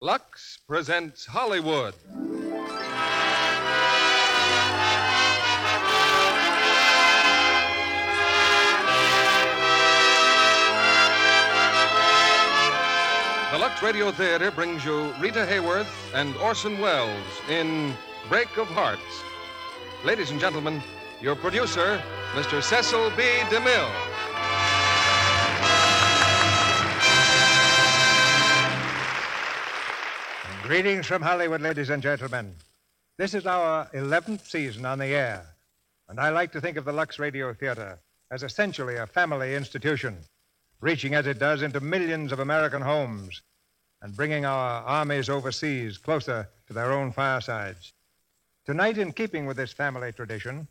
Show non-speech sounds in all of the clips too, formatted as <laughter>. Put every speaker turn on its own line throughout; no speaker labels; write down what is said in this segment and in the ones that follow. Lux presents Hollywood. The Lux Radio Theater brings you Rita Hayworth and Orson Welles in Break of Hearts. Ladies and gentlemen, your producer, Mr. Cecil B. DeMille.
Greetings from Hollywood, ladies and gentlemen. This is our 11th season on the air, and I like to think of the Lux Radio Theater as essentially a family institution, reaching as it does into millions of American homes and bringing our armies overseas closer to their own firesides. Tonight, in keeping with this family tradition,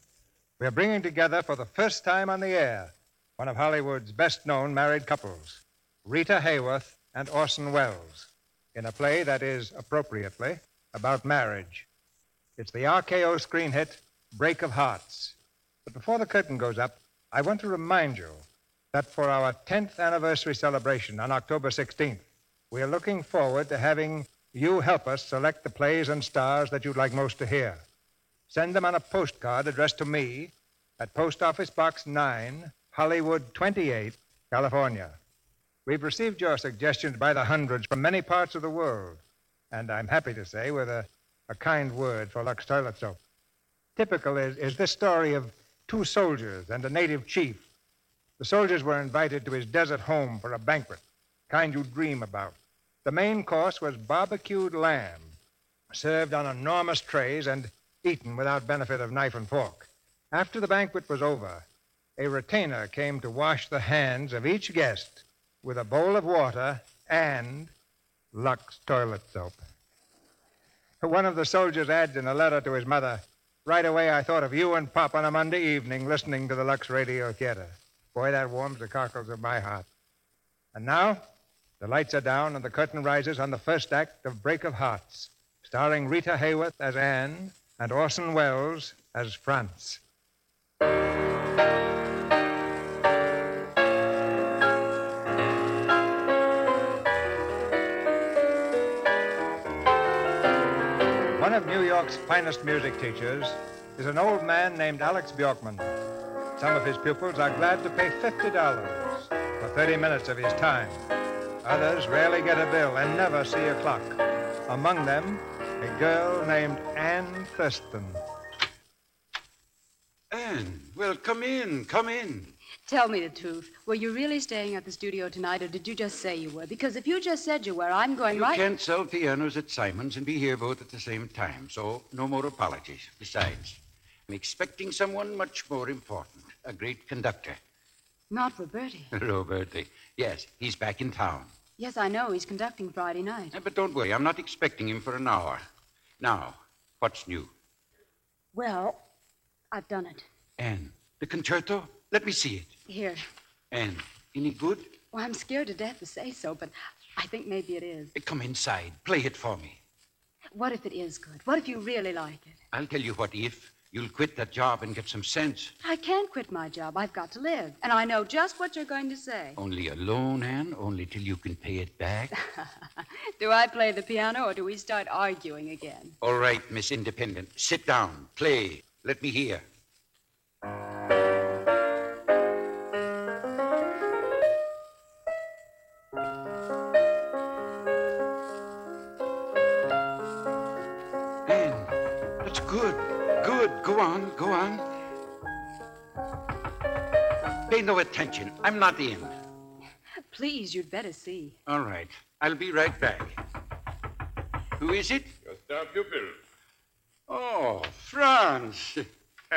we are bringing together for the first time on the air one of Hollywood's best known married couples, Rita Hayworth and Orson Welles in a play that is, appropriately, about marriage. It's the RKO screen hit, Break of Hearts. But before the curtain goes up, I want to remind you that for our 10th anniversary celebration on October 16th, we are looking forward to having you help us select the plays and stars that you'd like most to hear. Send them on a postcard addressed to me at Post Office Box 9, Hollywood 28, California. We've received your suggestions by the hundreds from many parts of the world, and I'm happy to say with a, a kind word for Lux Toilet Soap. Typical is, is this story of two soldiers and a native chief. The soldiers were invited to his desert home for a banquet, kind you dream about. The main course was barbecued lamb, served on enormous trays and eaten without benefit of knife and fork. After the banquet was over, a retainer came to wash the hands of each guest with a bowl of water and Lux toilet soap. One of the soldiers adds in a letter to his mother, Right away I thought of you and Pop on a Monday evening listening to the Lux Radio Theater. Boy, that warms the cockles of my heart. And now, the lights are down and the curtain rises on the first act of Break of Hearts, starring Rita Hayworth as Anne and Orson Welles as Franz. One of New York's finest music teachers is an old man named Alex Bjorkman. Some of his pupils are glad to pay $50 for 30 minutes of his time. Others rarely get a bill and never see a clock. Among them, a girl named Anne Thurston.
Anne, well, come in, come in.
Tell me the truth. Were you really staying at the studio tonight, or did you just say you were? Because if you just said you were, I'm going
You
right.
can't sell pianos at Simon's and be here both at the same time, so no more apologies. Besides, I'm expecting someone much more important, a great conductor. <laughs>
Not for Bertie.
Hello, Bertie. Yes, he's back in town.
Yes, I know. He's conducting Friday night.
Eh, But don't worry, I'm not expecting him for an hour. Now, what's new?
Well, I've done it.
Anne, the concerto? Let me see it.
Here.
Anne, any good?
Well, I'm scared to death to say so, but I think maybe it is.
Eh, Come inside. Play it for me.
What if it is good? What if you really like it?
I'll tell you what if. You'll quit that job and get some sense.
I can't quit my job. I've got to live. And I know just what you're going to say. <laughs>
Only a loan, Anne, only till you can pay it back.
Do I play the piano, or do we start arguing again?
All right, Miss Independent. Sit down. Play. Let me hear. Anne, that's good. Good. Go on. Go on. Pay no attention. I'm not in.
Please, you'd better see.
All right. I'll be right back. Who is it?
Your star pupil,
<laughs> Oh, Franz.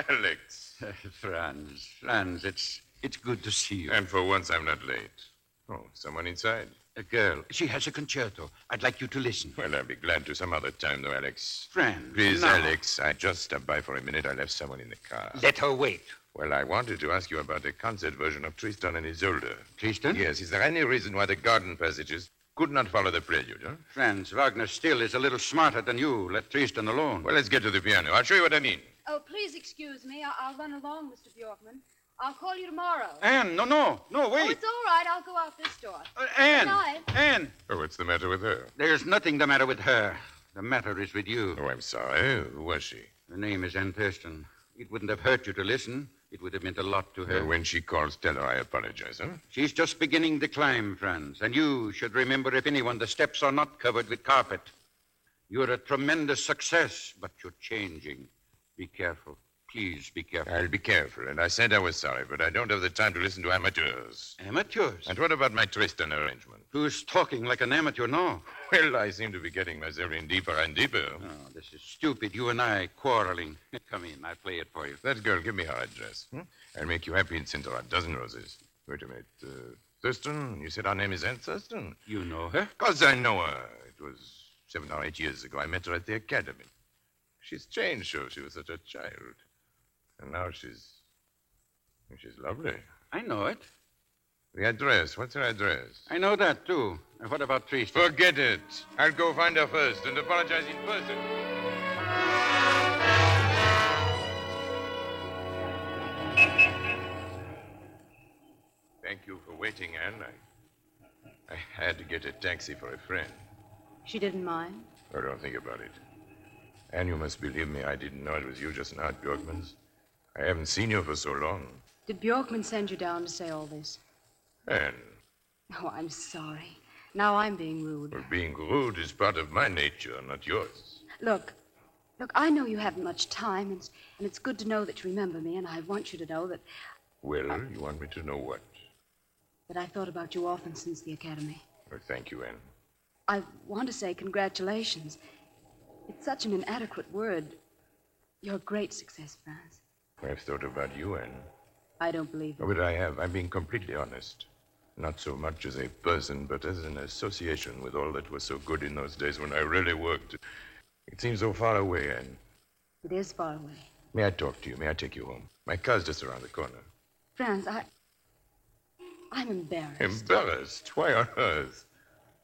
Alex.
Franz, Franz, it's it's good to see you.
And for once, I'm not late. Oh, someone inside.
A girl. She has a concerto. I'd like you to listen.
Well, I'll be glad to some other time, though, Alex.
Friend.
Please,
now.
Alex, I just stopped by for a minute. I left someone in the car.
Let her wait.
Well, I wanted to ask you about the concert version of Tristan and Isolde.
Tristan?
Yes, is there any reason why the garden passages could not follow the prelude, huh?
Franz, Wagner still is a little smarter than you. Let Tristan alone.
Well, let's get to the piano. I'll show you what I mean.
Oh, please excuse me. I- I'll run along, Mr. Bjorkman. I'll call you tomorrow.
Anne, no, no, no,
Oh,
wait.
it's all right. I'll go out this door.
Uh, Anne,
Good night.
Anne,
Oh, what's the matter with her?
there's nothing the matter with her. The matter is with you.
Oh, I'm sorry. Who was she?
Her name is Anne Thurston. It wouldn't have hurt you to listen. It would have meant a lot to her.
Uh, when she calls, tell her I apologize, huh?
She's just beginning to climb, Franz, and you should remember, if anyone, the steps are not covered with carpet. You're a tremendous success, but you're changing. Be careful. Please be careful.
I'll be careful, and I said I was sorry, but I don't have the time to listen to amateurs.
Amateurs?
And what about my Tristan arrangement?
Who's talking like an amateur now?
Well, I seem to be getting myself in deeper and deeper.
Oh, this is stupid. You and I quarreling. <laughs> Come in. I'll play it for you.
That girl, give me her address. I'll make you happy and send her a dozen roses. Wait a minute. Uh, Thurston? You said her name is Anne Thurston?
You know her?
Because I know her. It was seven or eight years ago. I met her at the academy. She's changed, sure. She was such a child. And now she's. She's lovely.
I know it.
The address. What's her address?
I know that, too. And What about Tristan?
Forget it. I'll go find her first and apologize in person. Thank you for waiting, Anne. I, I had to get a taxi for a friend.
She didn't mind.
Oh, don't think about it. Anne, you must believe me. I didn't know it was you just now at Bjorkman's. I haven't seen you for so long.
Did Bjorkman send you down to say all this?
Anne,
Oh, I'm sorry. Now I'm being rude.
well, being rude is part of my nature, not yours.
Look, look, I know you haven't much time, and, and it's good to know that you remember me, and I want you to know that,
Well, you want me to know what?
that I thought about you often since the Academy.
Oh, thank you, Anne.
I want to say congratulations. It's such an inadequate word. You're a great success, Franz.
I've thought about you, Anne. Oh,
I don't believe it.
But I have. I'm being completely honest. Not so much as a person, but as an association with all that was so good in those days when I really worked. It seems so far away, Anne.
It is far away.
May I talk to you? May I take you home? My car's just around the corner.
Franz, I. I'm embarrassed.
Embarrassed? Why on earth?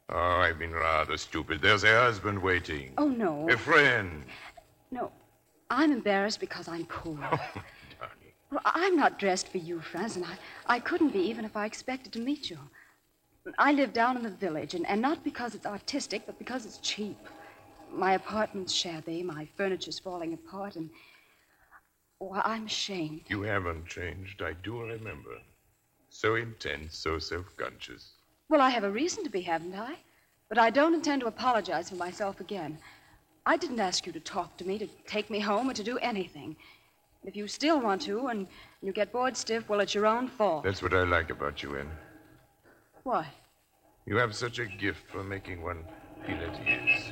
Oh, I've been rather stupid. There's a husband waiting.
Oh, no.
A friend.
No. I'm embarrassed because I'm poor.
Darling.
well, I- I'm not dressed for you, Franz, and I, I couldn't be even if I expected to meet you. I live down in the village, and, and not because it's artistic, but because it's cheap. My apartment's shabby, my furniture's falling apart, and. Well, I'm ashamed.
You haven't changed. I do remember. So intense, so self conscious.
Well, I have a reason to be, haven't I? But I don't intend to apologize for myself again. I didn't ask you to talk to me, to take me home, or to do anything. If you still want to and you get bored stiff, well, it's your own fault.
That's what I like about you, Anne.
Why?
You have such a gift for making one feel at ease.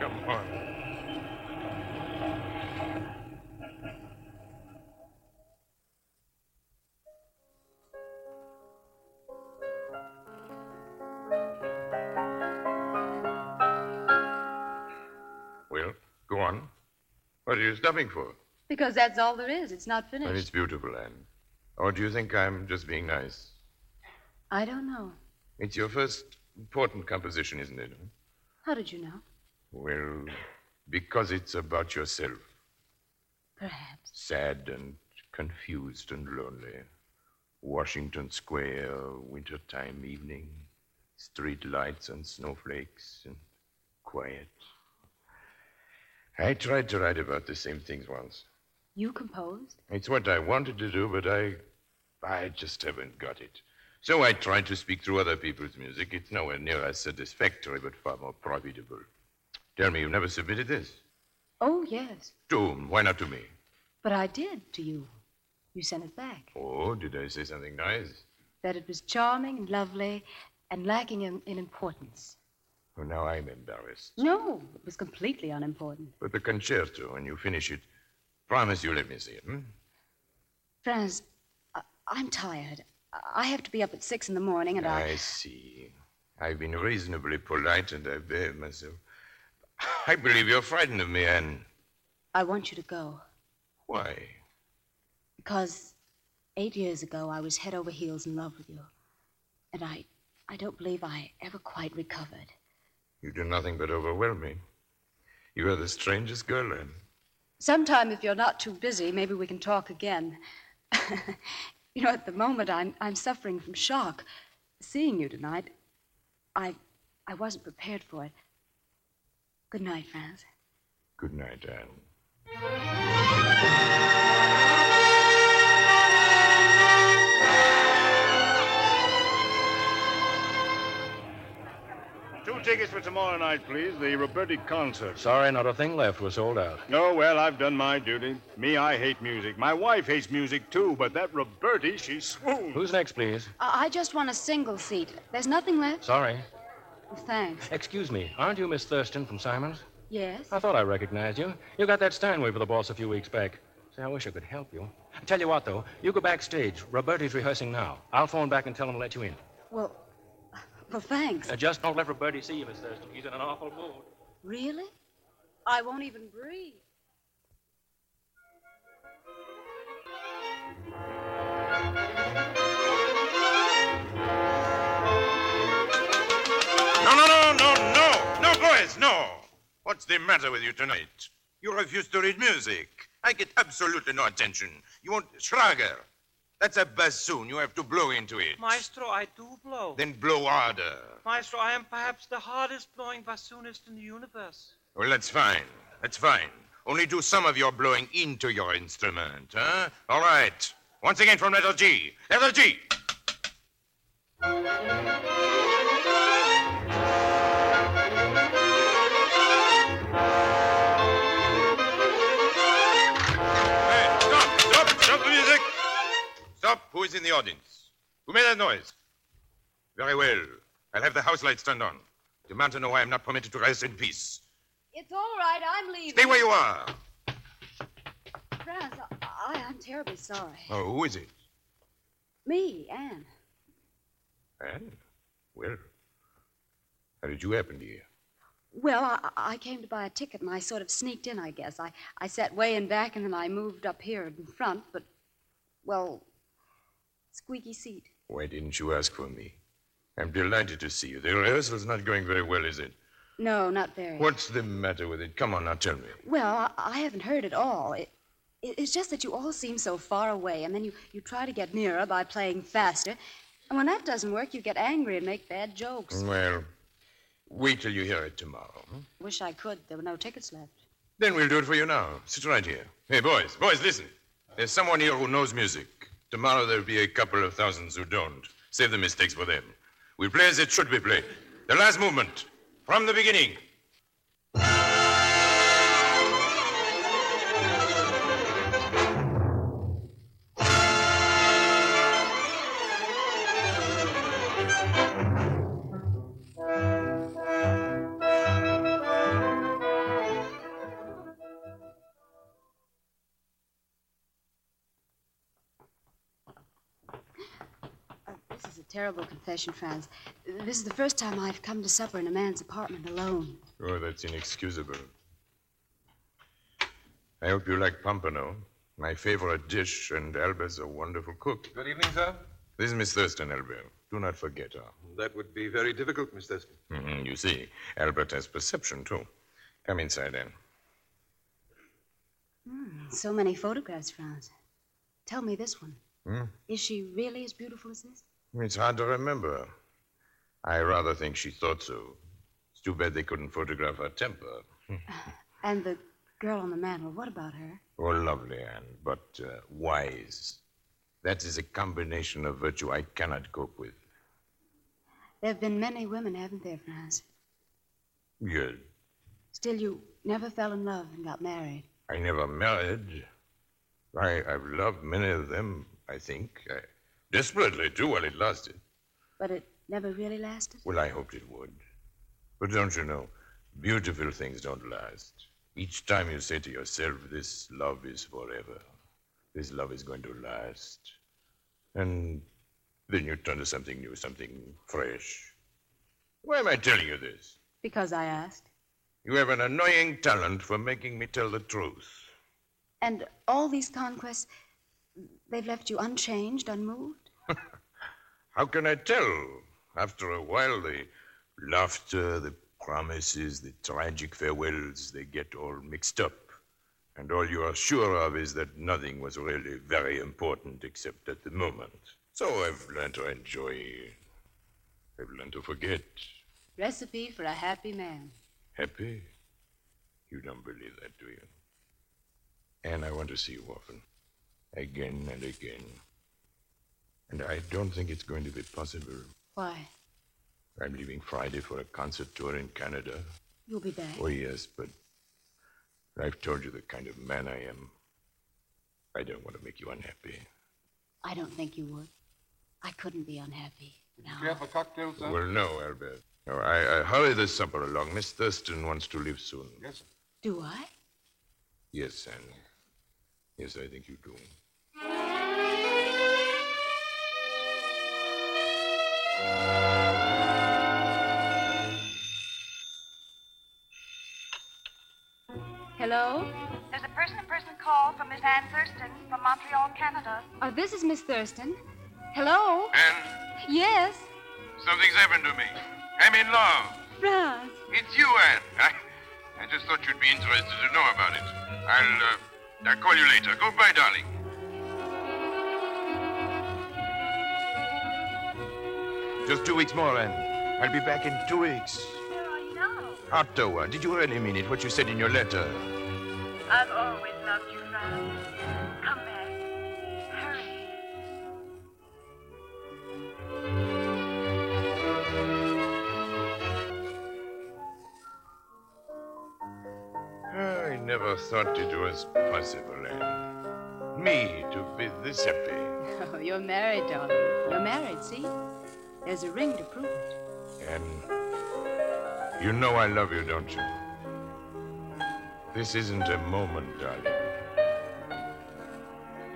Come on. Well, go on. What are you stopping for?
Because that's all there is. It's not
Well, it's
finished.
beautiful, Anne. Or do you think I'm just being nice?
I don't know.
It's your first important composition, isn't it?
How did you know?
Well, because it's about yourself,
Perhaps.
sad and confused and lonely. Washington Square, wintertime evening, street lights and snowflakes and quiet. I tried to write about the same things once.
You composed?
It's what I wanted to do, but I I just haven't got it. So I tried to speak through other people's music. It's nowhere near as satisfactory, but far more profitable. Tell me, you've never submitted this?
Oh, yes.
To whom? Why not to me?
But I did to you. You sent it back.
Oh, did I say something nice?
That it was charming and lovely and lacking in, in importance.
Well, Oh, now I'm embarrassed.
No, it was completely unimportant.
But the concerto, when you finish it, promise you let me see it. Hmm?
Franz, I- I'm tired. I I have to be up at six in the morning, and I.
I see. I've been reasonably polite and I behave myself. I believe you're frightened of me, Anne.
I want you to go
Why?
because eight years ago I was head over heels in love with you, and I, I don't believe I ever quite recovered.
You do nothing but overwhelm me. You are the strangest girl, Anne.
Sometime, if you're not too busy, maybe we can talk again. <laughs> you know, at the moment, I'm, I'm suffering from shock. Seeing you tonight, I, I wasn't prepared for it. Good night, Franz.
Good night, Anne.
Two tickets for tomorrow night, please. The Roberti concert.
Sorry, not a thing left. We're sold out.
Oh, well, I've done my duty. Me, I hate music. My wife hates music, too, but that Roberti, she swoons.
Who's next, please?
I, I just want a single seat. There's nothing left?
Sorry.
Well, thanks.
Excuse me. Aren't you Miss Thurston from Simons?
Yes?
I thought I recognized you. You got that Steinway for the boss a few weeks back. Say, I wish I could help you. Tell you what, though. You go backstage. Roberti's rehearsing now. I'll phone back and tell him to let you in.
Well, well, thanks.
Uh, just don't let Roberti see you, Miss Thurston. He's in an awful mood.
Really? I won't even breathe.
No, no, no, no, no! No, boys, no! What's the matter with you tonight? You refuse to read music. I get absolutely no attention. You want Schrager. That's a bassoon. You have to blow into it.
Maestro, I do blow.
Then blow harder.
Maestro, I am perhaps the hardest blowing bassoonist in the universe.
Well, that's fine. That's fine. Only do some of your blowing into your instrument, huh? All right. Once again from letter G. Letter G! Hey, stop! Stop! Stop the music! Stop! Who is in the audience? Who made that noise? Very well. I'll have the house lights turned on. Demand to know why I'm not permitted to rest in peace.
It's all right. I'm leaving.
Stay where you are.
Franz, I, I, I'm terribly sorry.
Oh, who is it?
Me, Anne.
Anne? Eh? Well, how did you happen to hear?
Well, I, I came to buy a ticket and I sort of sneaked in, I guess. I, I sat way in back and then I moved up here in front, but, well, squeaky seat.
Why didn't you ask for me? I'm delighted to see you. The rehearsal's not going very well, is it?
No, not very.
What's the matter with it? Come on now, tell me.
Well, I, I haven't heard at all. It, it, it's just that you all seem so far away, and then you, you try to get nearer by playing faster. And when that doesn't work, you get angry and make bad jokes.
Well, wait till you hear it tomorrow. hmm?
Wish I could. There were no tickets left.
Then we'll do it for you now. Sit right here. Hey, boys, boys, listen. There's someone here who knows music. Tomorrow there'll be a couple of thousands who don't. Save the mistakes for them. We'll play as it should be played. The last movement. From the beginning.
This is a terrible confession, Franz. This is the first time I've come to supper in a man's apartment alone.
Oh, that's inexcusable. I hope you like pompano. My favorite dish, and Albert's a wonderful cook.
Good evening, sir.
This is Miss Thurston, Albert. Do not forget her.
That would be very difficult, Miss Thurston.
Mhm, You see, Albert has perception, too. Come inside, Anne.
So many photographs, Franz. Tell me this one.
Hmm?
Is she really as beautiful as this?
It's hard to remember. I rather think she thought so. It's too bad they couldn't photograph her temper.
And the girl on the mantel, what about her?
Oh, lovely, Anne, but uh, wise. That is a combination of virtue I cannot cope with.
There have been many women, haven't there, Franz?
Good.
Still, you never fell in love and got married.
I never married. I, I've loved many of them, I think. I, desperately, too, while it lasted.
But it never really lasted?
Well, I hoped it would. But don't you know, beautiful things don't last. Each time you say to yourself, this love is forever, this love is going to last. And then you turn to something new, something fresh. Why am I telling you this?
Because I asked.
You have an annoying talent for making me tell the truth.
And all these conquests, they've left you unchanged, unmoved?
How can I tell? After a while, the laughter, the promises, the tragic farewells, they get all mixed up. And all you are sure of is that nothing was really very important except at the moment. So I've learned to enjoy. I've learned to forget.
Recipe for a happy man.
Happy? You don't believe that, do you? Anne, I want to see you often. Again and again. And I don't think it's going to be possible.
Why?
I'm leaving Friday for a concert tour in Canada.
You'll be back.
Oh, yes, but I've told you the kind of man I am. I don't want to make you unhappy.
I don't think you would. I couldn't be unhappy. Now.
Do you have a cocktail, sir?
Well, no, Albert. No, I, I hurry this supper along. Miss Thurston wants to leave soon.
Yes, sir.
Do I?
Yes, Anne. Yes, I think you do.
Hello?
There's a person-to-person call from Miss Anne Thurston from Montreal, Canada.
Oh, this is Miss Thurston. Hello?
Anne,
Yes?
something's happened to me. I'm in love.
<laughs> Franz.
It's you, Anne. I, I just thought you'd be interested to know about it. I'll, uh, I'll call you later. Goodbye, darling. Just two weeks more, Anne. I'll be back in two weeks.
Where are you now?
Ottawa, did you really mean it, what you said in your letter?
I've always loved you, Franz. Come back. Hurry.
I never thought it was possible, Anne. Me to be this happy.
Oh, you're married, darling. You're married, see? There's a ring to prove it.
Anne, you know I love you, don't you? This isn't a moment, darling.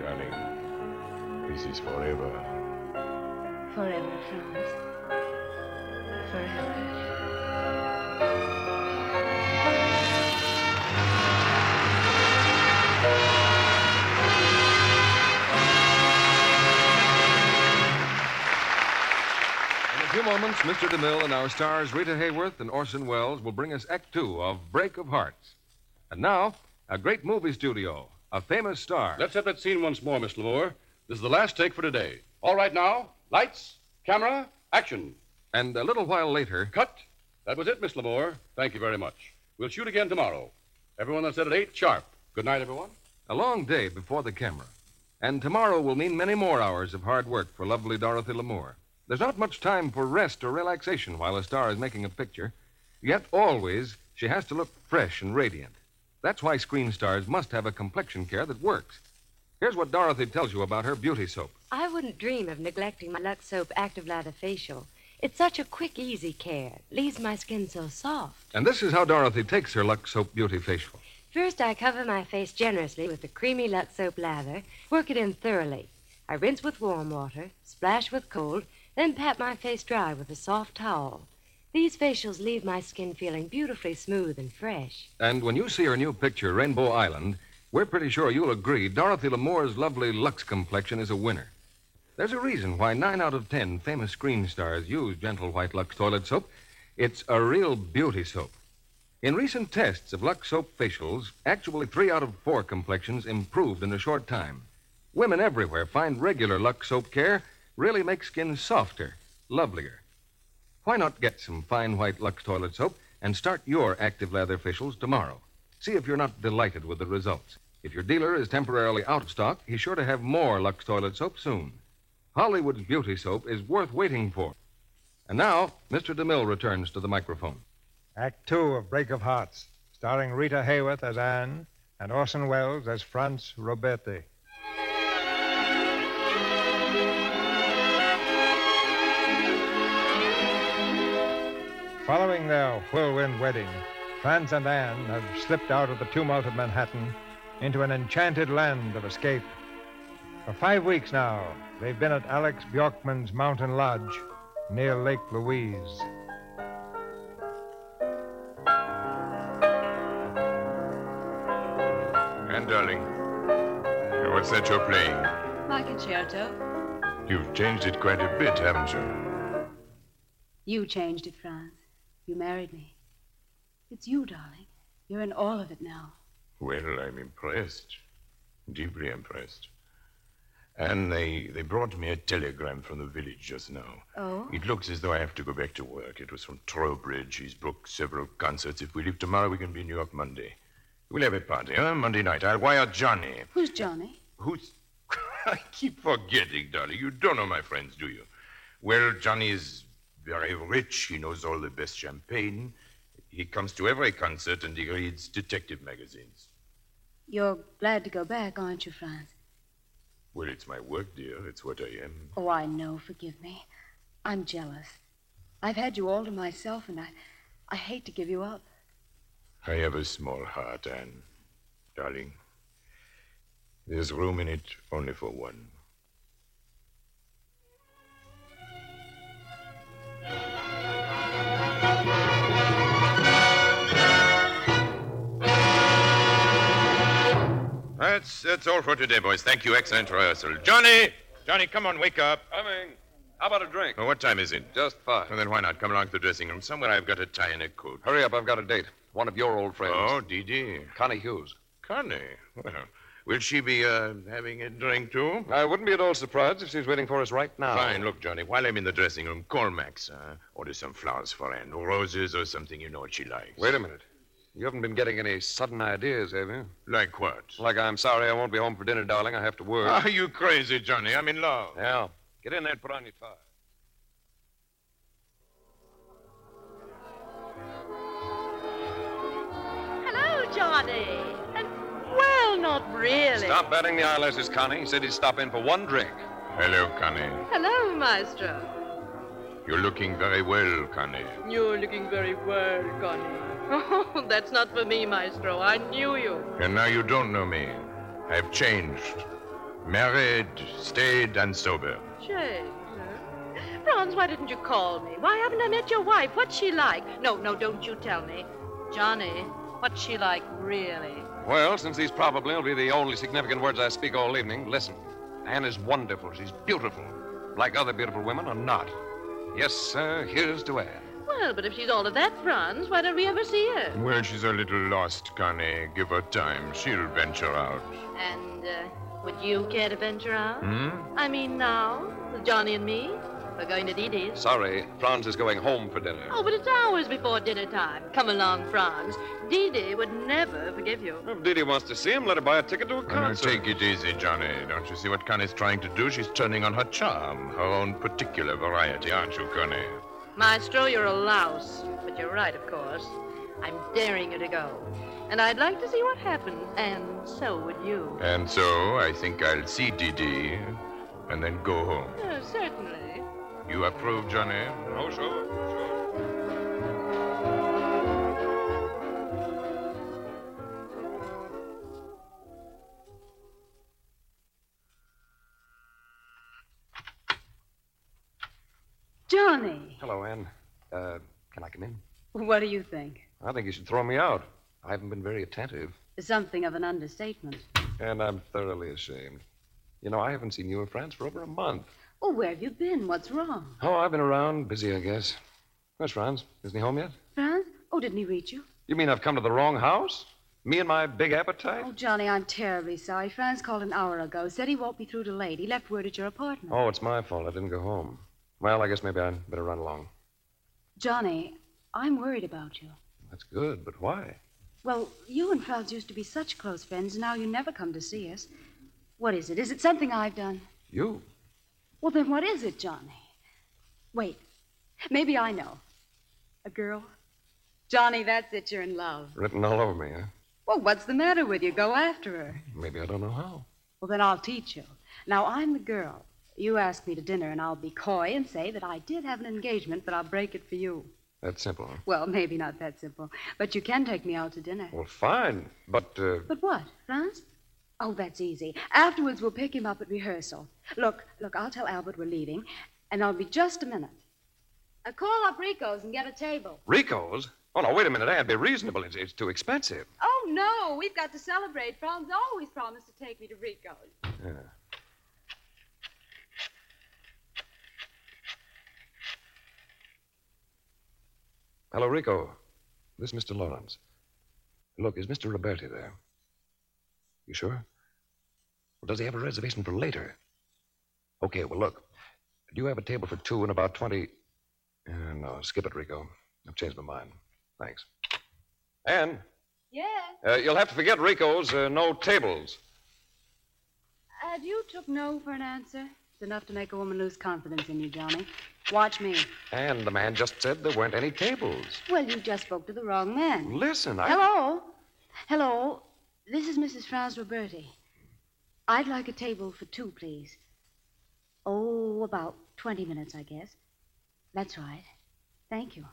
Darling, this is forever.
Forever, Franz. Forever.
In a few moments, Mr. DeMille and our stars Rita Hayworth and Orson Welles will bring us Act Two of Break of Hearts. And now, a great movie studio, a famous star.
Let's have that scene once more, Miss Lamore. This is the last take for today. All right now, lights, camera, action.
And a little while later.
Cut. That was it, Miss Lamore. Thank you very much. We'll shoot again tomorrow. Everyone that's at 8 sharp. Good night, everyone.
A long day before the camera. And tomorrow will mean many more hours of hard work for lovely Dorothy L'Amour. There's not much time for rest or relaxation while a star is making a picture. Yet always, she has to look fresh and radiant. That's why screen stars must have a complexion care that works. Here's what Dorothy tells you about her beauty soap.
I wouldn't dream of neglecting my Lux Soap Active Lather Facial. It's such a quick, easy care. Leaves my skin so soft.
And this is how Dorothy takes her Lux Soap Beauty Facial.
First, I cover my face generously with the creamy Lux Soap Lather, work it in thoroughly. I rinse with warm water, splash with cold, then pat my face dry with a soft towel. These facials leave my skin feeling beautifully smooth and fresh.
And when you see her new picture, Rainbow Island, we're pretty sure you'll agree Dorothy L'Amour's lovely Lux complexion is a winner. There's a reason why nine out of ten famous screen stars use gentle white Lux toilet soap. It's a real beauty soap. In recent tests of Lux soap facials, actually three out of four complexions improved in a short time. Women everywhere find regular Lux soap care really makes skin softer, lovelier. Why not get some fine white Lux toilet soap and start your active lather facials tomorrow? See if you're not delighted with the results. If your dealer is temporarily out of stock, he's sure to have more Lux toilet soap soon. Hollywood's beauty soap is worth waiting for. And now, Mr. DeMille returns to the microphone.
Act two of Break of Hearts, starring Rita Hayworth as Anne and Orson Welles as Franz Roberti. Following their whirlwind wedding, Franz and Anne have slipped out of the tumult of Manhattan into an enchanted land of escape. For five weeks now, they've been at Alex Bjorkman's mountain lodge near Lake Louise.
And darling, what's that you're playing?
My concerto.
You've changed it quite a bit, haven't you?
You changed it, Franz. You married me. It's you, darling. You're in all of it now.
Well, I'm impressed. Deeply impressed. And they, they brought me a telegram from the village just now.
Oh?
It looks as though I have to go back to work. It was from Trowbridge. He's booked several concerts. If we leave tomorrow, we can be in New York Monday. We'll have a party, huh? Monday night. I'll wire Johnny. <laughs>
Who's Johnny?
Who's. I keep forgetting, darling. You don't know my friends, do you? Well, Johnny is very rich. He knows all the best champagne. He comes to every concert and he reads detective magazines.
You're glad to go back, aren't you, Franz?
Well, it's my work, dear. It's what I am.
Oh, I know. Forgive me. I'm jealous. I've had you all to myself, and I, I hate to give you up.
I have a small heart, Anne. Darling, there's room in it only for one. That's, that's all for today, boys. Thank you. Excellent rehearsal. Johnny! Johnny, come on, wake up.
Coming. How about a drink?
Well, what time is it? Just five. Well, then why not? Come along to the dressing room. Somewhere I've got a tie and a coat.
Hurry up, I've got a date. One of your old friends.
Oh, Dee Dee.
Connie Hughes.
Connie? Well, will she be uh, having a drink, too?
I wouldn't be at all surprised if she's waiting for us right now.
Fine. Look, Johnny, while I'm in the dressing room, call Max. Uh, order some flowers for Anne, or roses, or something you know what she likes.
Wait a minute. You haven't been getting any sudden ideas, have you?
Like what?
Like, I'm sorry I won't be home for dinner, darling. I have to work.
<laughs> Are you crazy, Johnny? I'm in love.
Yeah. Get in there and put on your tie.
Hello, Johnny. And, well, not really.
Stop batting the eyelashes, Connie. He said he'd stop in for one drink.
Hello, Connie.
Hello, Maestro.
You're looking very well, Connie.
You're looking very well, Connie. <laughs> Oh, that's not for me, Maestro. I knew you.
And now you don't know me. I've changed. Married, stayed, and sober.
James, huh? Franz, why didn't you call me? Why haven't I met your wife? What's she like? No, no, don't you tell me. Johnny, what's she like, really?
Well, since these probably will be the only significant words I speak all evening, listen. Anne is wonderful. She's beautiful. Like other beautiful women or not. Yes, sir, here's to Anne.
Well, but if she's all of that, Franz, why don't we ever see her?
Well, she's a little lost, Connie. Give her time. She'll venture out.
And uh, would you care to venture out?
Hmm?
I mean, now, with Johnny and me? We're going to Dee Dee's.
Sorry, Franz is going home for dinner.
Oh, but it's hours before dinner time. Come along, Franz. Dee Dee would never forgive you.
If Didi wants to see him, let her buy a ticket to a
Now,
concert.
take it easy, Johnny. Don't you see what Connie's trying to do? She's turning on her charm, her own particular variety, aren't you, Connie?
Maestro, you're a louse. But you're right, of course. I'm daring you to go. And I'd like to see what happens, and so would you.
And so I think I'll see Dee Dee and then go home.
Oh, certainly.
You approve, Johnny?
Oh, sure.
Johnny,
Hello, Anne. Uh, can I come in?
what do you think?
I think you should throw me out. I haven't been very attentive,
Something of an understatement.
and I'm thoroughly ashamed. You know, I haven't seen you in France for over a month.
Oh, where have you been? What's wrong?
Oh, I've been around, busy, I guess. Where's Franz? Isn't he home yet?
Franz? Oh, didn't he reach you?
You mean I've come to the wrong house? Me and my big appetite?
Oh, Johnny, I'm terribly sorry. Franz called an hour ago. Said he won't be through till late. He left word at your apartment.
Oh, it's my fault. I didn't go home. Well, I guess maybe I'd better run along.
Johnny, I'm worried about you.
That's good, but why?
Well, you and Franz used to be such close friends. Now you never come to see us. What is it? Is it something I've done?
You?
Well, then what is it, Johnny? Wait. Maybe I know. A girl? Johnny, that's it. You're in love.
Written all over me, huh?
Well, what's the matter with you? Go after her.
Maybe I don't know how.
Well, then I'll teach you. Now, I'm the girl. You ask me to dinner, and I'll be coy and say that I did have an engagement, but I'll break it for you.
That's simple, huh?
Well, maybe not that simple, but you can take me out to dinner.
Well, fine. But, uh,
But what, Franz? Oh, that's easy. Afterwards, we'll pick him up at rehearsal. Look, look, I'll tell Albert we're leaving, and I'll be just a minute. Uh, call up Rico's and get a table.
Rico's? Oh, no, wait a minute. I'd be reasonable. It's, it's too expensive.
Oh, no, we've got to celebrate. Franz always promised to take me to Rico's.
Hello, Rico. This is Mr. Lawrence. Look, is Mr. Roberti there? You sure? Well, does he have a reservation for later? Okay, well, look. Do you have a table for two and about 20. Uh, no, skip it, Rico. I've changed my mind. Thanks.
Anne,
Yes.
uh, you'll have to forget Rico's uh, no tables.
And you took no for an answer? It's enough to make a woman lose confidence in you, Johnny. Watch me.
And the man just said there weren't any tables.
Well, you just spoke to the wrong man.
Listen, I.
Hello? Hello? This is Mrs. Franz Roberti. I'd like a table for two, please. Oh, about 20 minutes, I guess. That's right. Thank you.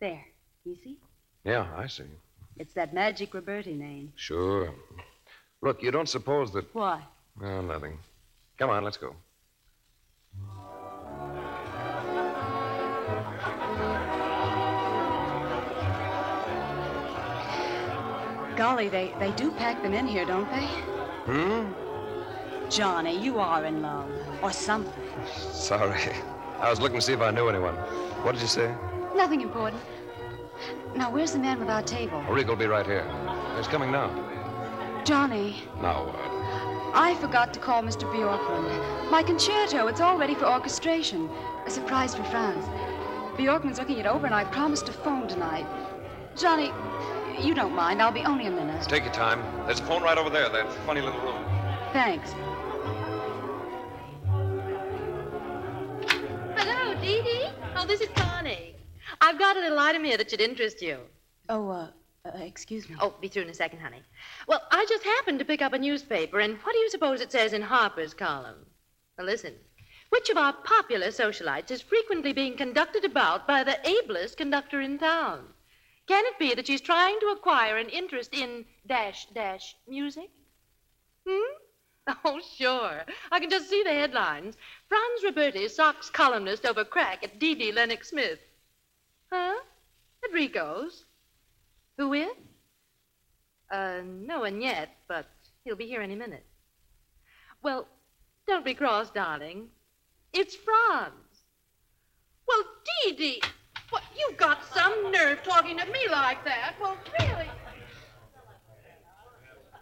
There. You see?
Yeah, I see.
It's that magic Roberti name.
Sure. Look, you don't suppose that.
Why?
Oh, nothing. Come on, let's go.
Golly, they, they do pack them in here, don't they?
Hmm?
Johnny, you are in love. Or something.
Sorry. I was looking to see if I knew anyone. What did you say?
Nothing important. Now, where's the man with our table?
Rico will be right here. He's coming now.
Johnny,
Now what?
I forgot to call Mr. Bjorkman. My concerto, it's all ready for orchestration. A surprise for Franz. Bjorkman's looking it over, and I promised to phone tonight. Johnny, you don't mind. I'll be only a minute.
Take your time. There's a phone right over there, that funny little room.
Thanks.
Hello, Dee Dee. Oh, this is Connie. I've got a little item here that should interest you.
Oh, uh, uh excuse me.
Oh, be through in a second, honey. Well, I just happened to pick up a newspaper, and what do you suppose it says in Harper's column? Now, listen. Which of our popular socialites is frequently being conducted about by the ablest conductor in town? Can it be that she's trying to acquire an interest in dash dash music? Hmm? <laughs> Oh, sure. I can just see the headlines. Franz Roberti socks columnist over crack at Dee Dee Lennox Smith. Huh? At Rico's. Who with? Uh, no one yet, but he'll be here any minute. Well, don't be cross, darling. It's Franz. Well, Dee Dee, what, you've got some nerve talking to me like that. Well, really.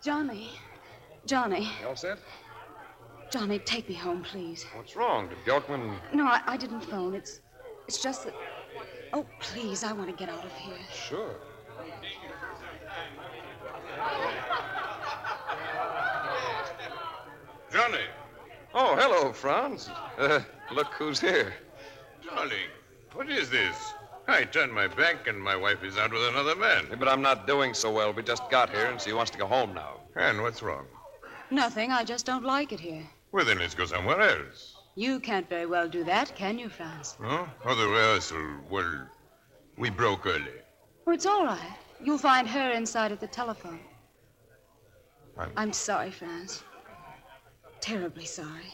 Johnny, Johnny,
You all set?
Johnny, take me home, please.
What's wrong? Did Bjorkman.
No, I, I didn't phone. It's, it's just that. Oh, please, I want to get out of here.
Sure.
Johnny.
Oh, hello, Franz. Uh, look who's here.
Darling, what is this? I turned my back and my wife is out with another man.
But I'm not doing so well. We just got here, and she wants to go home now.
And what's wrong?
Nothing, I just don't like it here.
Well, then let's go somewhere else.
You can't very well do that, can you, Franz?
Huh? Or the rehearsal, well, we broke early.
Well, it's all right. You'll find her inside at the telephone.
I'm-
sorry, Franz. Terribly sorry.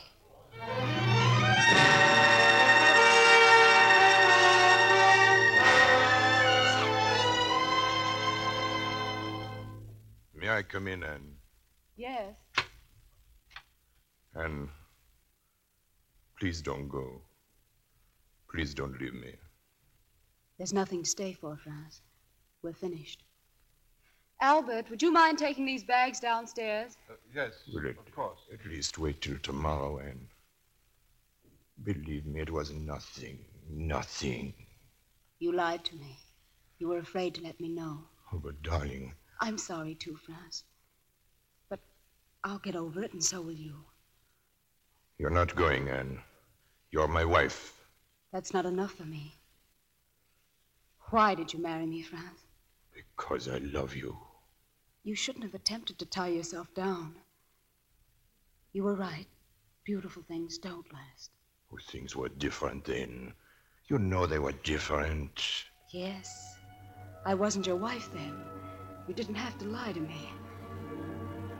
May I come in, Anne?
Yes.
Anne, please don't go. Please don't leave me.
There's nothing to stay for, Franz. We're finished. Albert, would you mind taking these bags downstairs?
Uh, Yes,
Will it
of course.
at least wait till tomorrow, Anne? Believe me, it was nothing, nothing.
You lied to me. You were afraid to let me know.
Oh, but darling,
I'm sorry, too, Franz. But I'll get over it, and so will you.
you're not going, Anne. You're my wife.
That's not enough for me. Why did you marry me, Franz?
Because I love you.
You shouldn't have attempted to tie yourself down. You were right. Beautiful things don't last.
Oh, things were different then. You know they were different.
Yes. I wasn't your wife then. You didn't have to lie to me.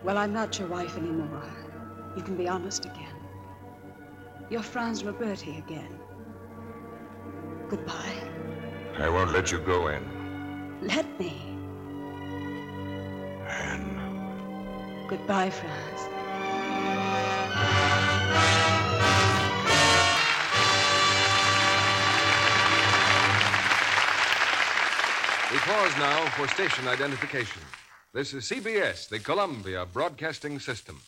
Well, I'm not your wife anymore. You can be honest again. You're Franz Roberti again. Goodbye.
I won't let you go, Anne.
Let me. Goodbye, Franz.
We pause now for station identification. This is CBS, the Columbia Broadcasting System.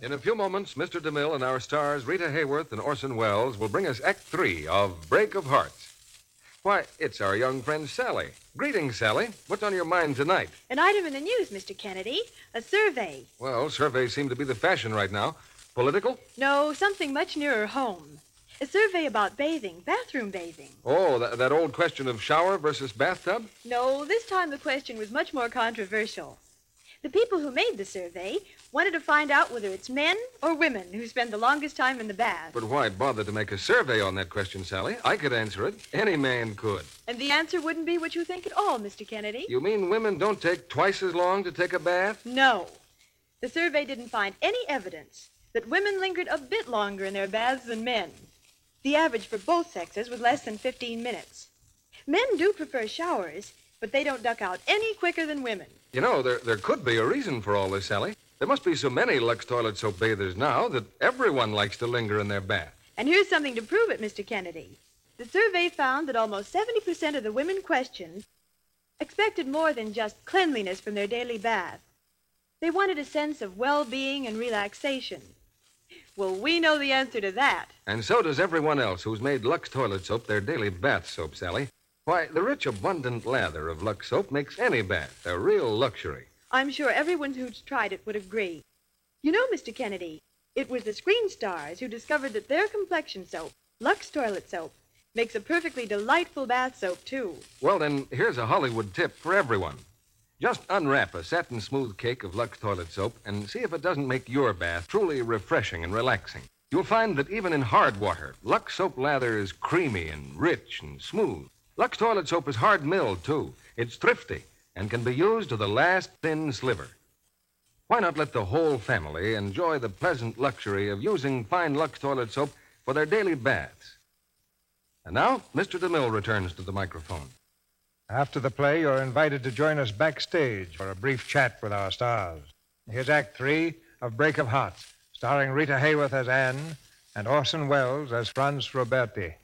In a few moments, Mr. DeMille and our stars Rita Hayworth and Orson Welles will bring us Act Three of Break of Hearts. Why, it's our young friend Sally. Greetings, Sally. What's on your mind tonight?
An item in the news, Mr. Kennedy. A survey.
Well, surveys seem to be the fashion right now. Political?
No, something much nearer home. A survey about bathing, bathroom bathing.
Oh, that, that old question of shower versus bathtub?
No, this time the question was much more controversial. The people who made the survey wanted to find out whether it's men or women who spend the longest time in the bath.
But why bother to make a survey on that question, Sally? I could answer it. Any man could.
And the answer wouldn't be what you think at all, Mr. Kennedy.
You mean women don't take twice as long to take a bath?
No. The survey didn't find any evidence that women lingered a bit longer in their baths than men. The average for both sexes was less than 15 minutes. Men do prefer showers, but they don't duck out any quicker than women.
You know, there, there could be a reason for all this, Sally. There must be so many Lux Toilet Soap bathers now that everyone likes to linger in their bath.
And here's something to prove it, Mr. Kennedy. The survey found that almost 70% of the women questioned expected more than just cleanliness from their daily bath. They wanted a sense of well being and relaxation. Well, we know the answer to that.
And so does everyone else who's made Lux Toilet Soap their daily bath soap, Sally. Why, the rich, abundant lather of Lux Soap makes any bath a real luxury.
I'm sure everyone who's tried it would agree. You know, Mr. Kennedy, it was the screen stars who discovered that their complexion soap, Lux Toilet Soap, makes a perfectly delightful bath soap, too.
Well, then, here's a Hollywood tip for everyone. Just unwrap a satin smooth cake of Lux Toilet Soap and see if it doesn't make your bath truly refreshing and relaxing. You'll find that even in hard water, Lux Soap lather is creamy and rich and smooth. Lux Toilet Soap is hard milled, too. It's thrifty and can be used to the last thin sliver. Why not let the whole family enjoy the pleasant luxury of using fine Lux Toilet Soap for their daily baths? And now, Mr. DeMille returns to the microphone.
After the play, you're invited to join us backstage for a brief chat with our stars. Here's Act Three of Break of Hearts, starring Rita Hayworth as Anne and Orson Welles as Franz Roberti.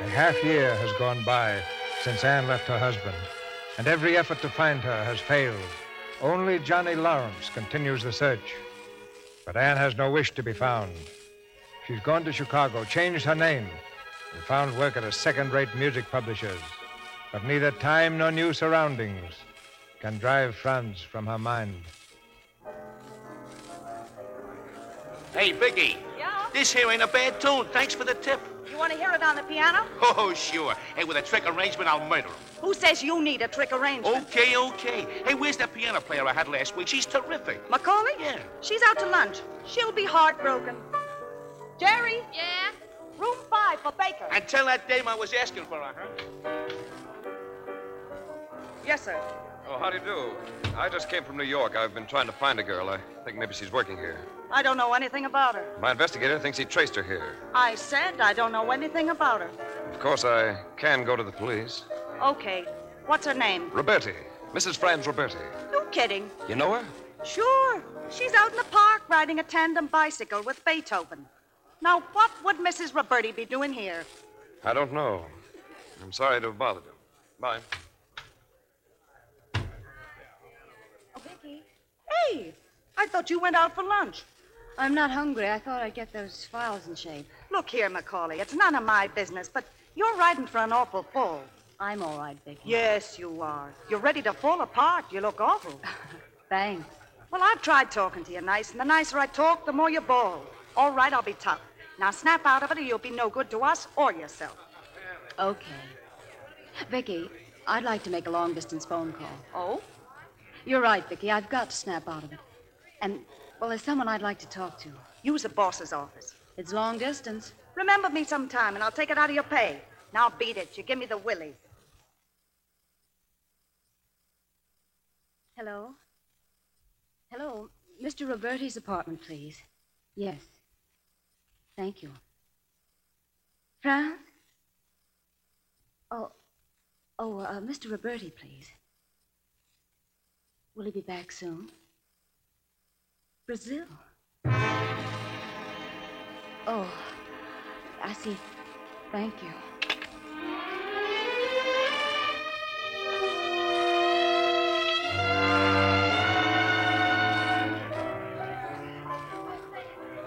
A half year has gone by since Anne left her husband, and every effort to find her has failed. Only Johnny Lawrence continues the search. But Anne has no wish to be found. She's gone to Chicago, changed her name, and found work at a second rate music publisher's. But neither time nor new surroundings can drive Franz from her mind.
Hey, Biggie.
Yeah?
This here ain't a bad tune. Thanks for the tip. <laughs>
You want to hear it on the piano?
Oh, sure. Hey, with a trick arrangement, I'll murder him.
Who says you need a trick arrangement?
Okay, okay. Hey, where's that piano player I had last week? She's terrific.
Macaulay?
Yeah.
She's out to lunch. She'll be heartbroken. Jerry? Yeah? Room five for Baker.
And tell that dame I was asking for her, huh?
Yes, sir.
Oh, how do you do? I just came from New York. I've been trying to find a girl. I think maybe she's working here.
I don't know anything about her.
My investigator thinks he traced her here.
I said I don't know anything about her.
Of course, I can go to the police.
Okay. What's her name?
Roberti. Mrs. Franz Roberti.
You kidding?
You know her?
Sure. She's out in the park riding a tandem bicycle with Beethoven. Now, what would Mrs. Roberti be doing here?
I don't know. I'm sorry to have bothered him. Bye.
Hey, I thought you went out for lunch.
I'm not hungry. I thought I'd get those files in shape.
Look here, Macaulay, it's none of my business, but you're riding for an awful fall.
I'm all right, Vicky.
Yes, you are. You're ready to fall apart. You look awful.
<laughs> Thanks.
Well, I've tried talking to you nice, and the nicer I talk, the more you bawl. All right, I'll be tough. Now snap out of it, or you'll be no good to us or yourself.
Okay. Vicky, I'd like to make a long distance phone call.
Oh?
You're right, Vicky. I've got to snap out of it. And, well, there's someone I'd like to talk to.
Use the boss's office.
It's long distance.
Remember me sometime, and I'll take it out of your pay. Now beat it. You give me the willies.
Hello?
Hello, Mr. Roberti's apartment, please. Yes. Thank you. Franz? Oh, oh, uh, Mr. Roberti, please. Will he be back soon? Brazil. Oh, I see. Thank you.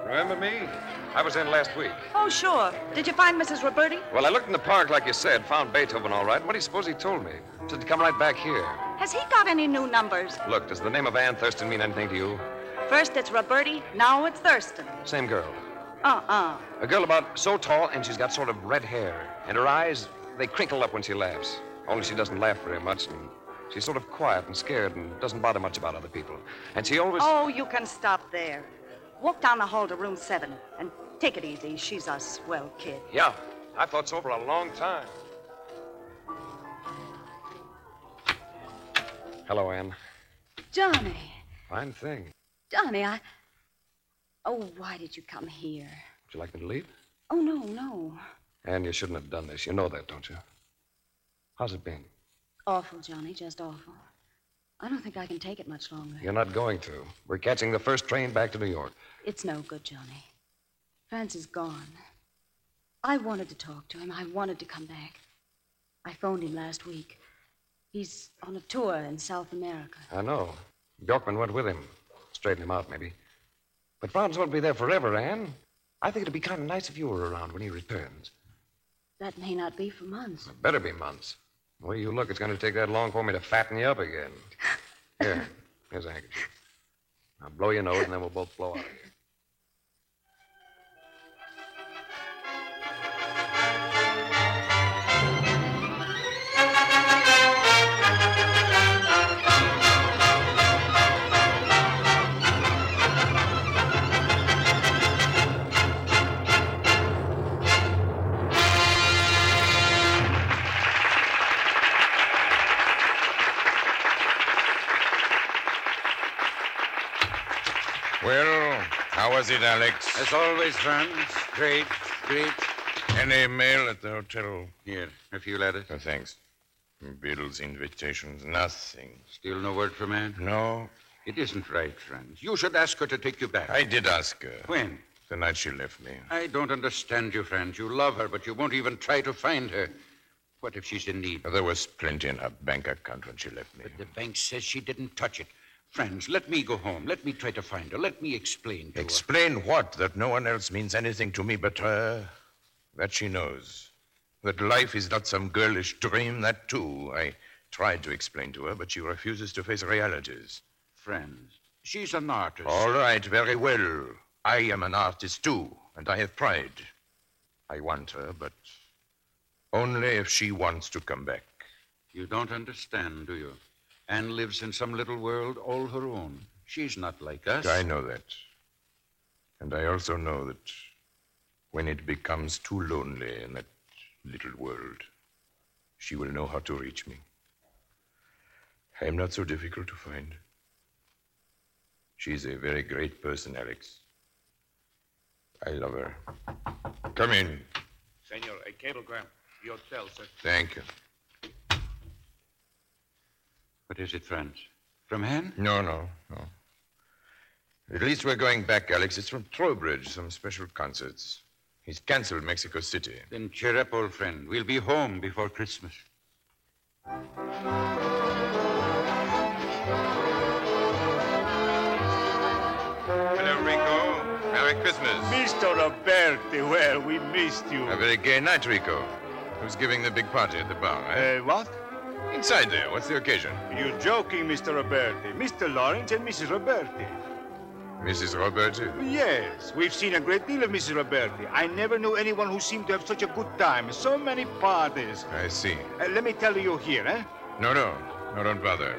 Remember me? I was in last week.
Oh, sure. Did you find Mrs. Roberti?
Well, I looked in the park, like you said, found Beethoven all right. What do you suppose he told me? Said to come right back here.
Has he got any new numbers?
Look, does the name of Ann Thurston mean anything to you?
First it's Roberti, now it's Thurston.
Same girl.
Uh-uh.
A girl about so tall, and she's got sort of red hair. And her eyes, they crinkle up when she laughs. Only she doesn't laugh very much, and she's sort of quiet and scared and doesn't bother much about other people. And she always.
Oh, you can stop there. Walk down the hall to room seven and take it easy. She's a swell kid.
Yeah, I thought so for a long time. Hello, Ann.
Johnny.
Fine thing. Would
Johnny, I. Oh, why did you come here?
you like me to leave?
Oh, no, no.
Ann, you shouldn't have done this. You know that, don't you? How's it been?
Awful, Johnny, just awful. I don't think I can take it much longer.
You're not going to. We're catching the first train back to New York.
It's no good, Johnny. France is gone. I wanted to talk to him. I wanted to come back. I phoned him last week. He's on a tour in South America.
I know. Bjorkman went with him. Straighten him out, maybe. But Franz won't be there forever, Ann. I think it'd be kind of nice if you were around when he returns.
That may not be for months.
Better be months. The way you look, it's going to take that long for me to fatten you up again. Here, here's a handkerchief. Now blow your nose, and then we'll both blow out of here.
Well, how was it, Alex? As always, Franz. Great, great. Any mail at the hotel? Here, a few letters. Oh, thanks. Bills, invitations, nothing. Still no word from Anne? No. It isn't right, Franz.
You should ask her to take you back.
I did ask her.
When?
The night she left me.
I don't understand you, Franz. You love her, but you won't even try to find her. What if she's in need?
There was plenty in her bank account when she left me.
The bank says she didn't touch it. Franz, let me go home. Let me try to find her. Let me explain to her.
Explain what? That no one else means anything to me but her? That she knows. That life is not some girlish dream, that too. I tried to explain to her, but she refuses to face realities.
Franz, she's an artist.
All right, very well. I am an artist too, and I have pride. I want her, but only if she wants to come back.
You don't understand, do you? Anne lives in some little world all her own. She's not like us.
I know that. And I also know that when it becomes too lonely in that little world, she will know how to reach me. I am not so difficult to find. She's a very great person, Alex. I love her. Come in.
Senor, a cablegram. Your hotel, sir.
Thank you.
What is it, Franz? From Anne?
No, no, no. At least we're going back, Alex. It's from Trowbridge, some special concerts. He's canceled Mexico City.
Then cheer up, old friend. We'll be home before Christmas.
Hello, Rico. Merry Christmas.
Mr. Roberti, well, we missed you.
A very gay night, Rico. Who's giving the big party at the bar, eh?
Uh, what?
Inside there. What's the occasion?
You're joking, Mr. Roberti. Mr. Lawrence and Mrs. Roberti.
Mrs. Roberti.
Yes, we've seen a great deal of Mrs. Roberti. I never knew anyone who seemed to have such a good time, so many parties.
I see.
Uh, let me tell you here, eh?
No, no. No, don't bother.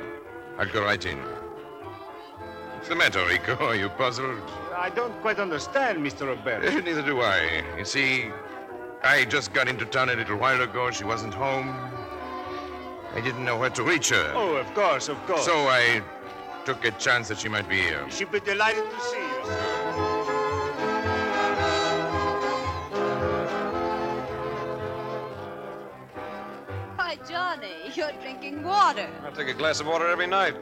I'll go right in. What's the matter, Rico? Are you puzzled? Eh,
I don't quite understand, Mr. Roberti.
Neither do I. You see, I just got into town a little while ago. She wasn't home. I didn't know where to reach her.
oh, of course, of course.
So I took a chance that she might be here.
She'd be delighted to see you.
Why, Johnny, you're drinking water. <laughs>
I take a glass of water every night.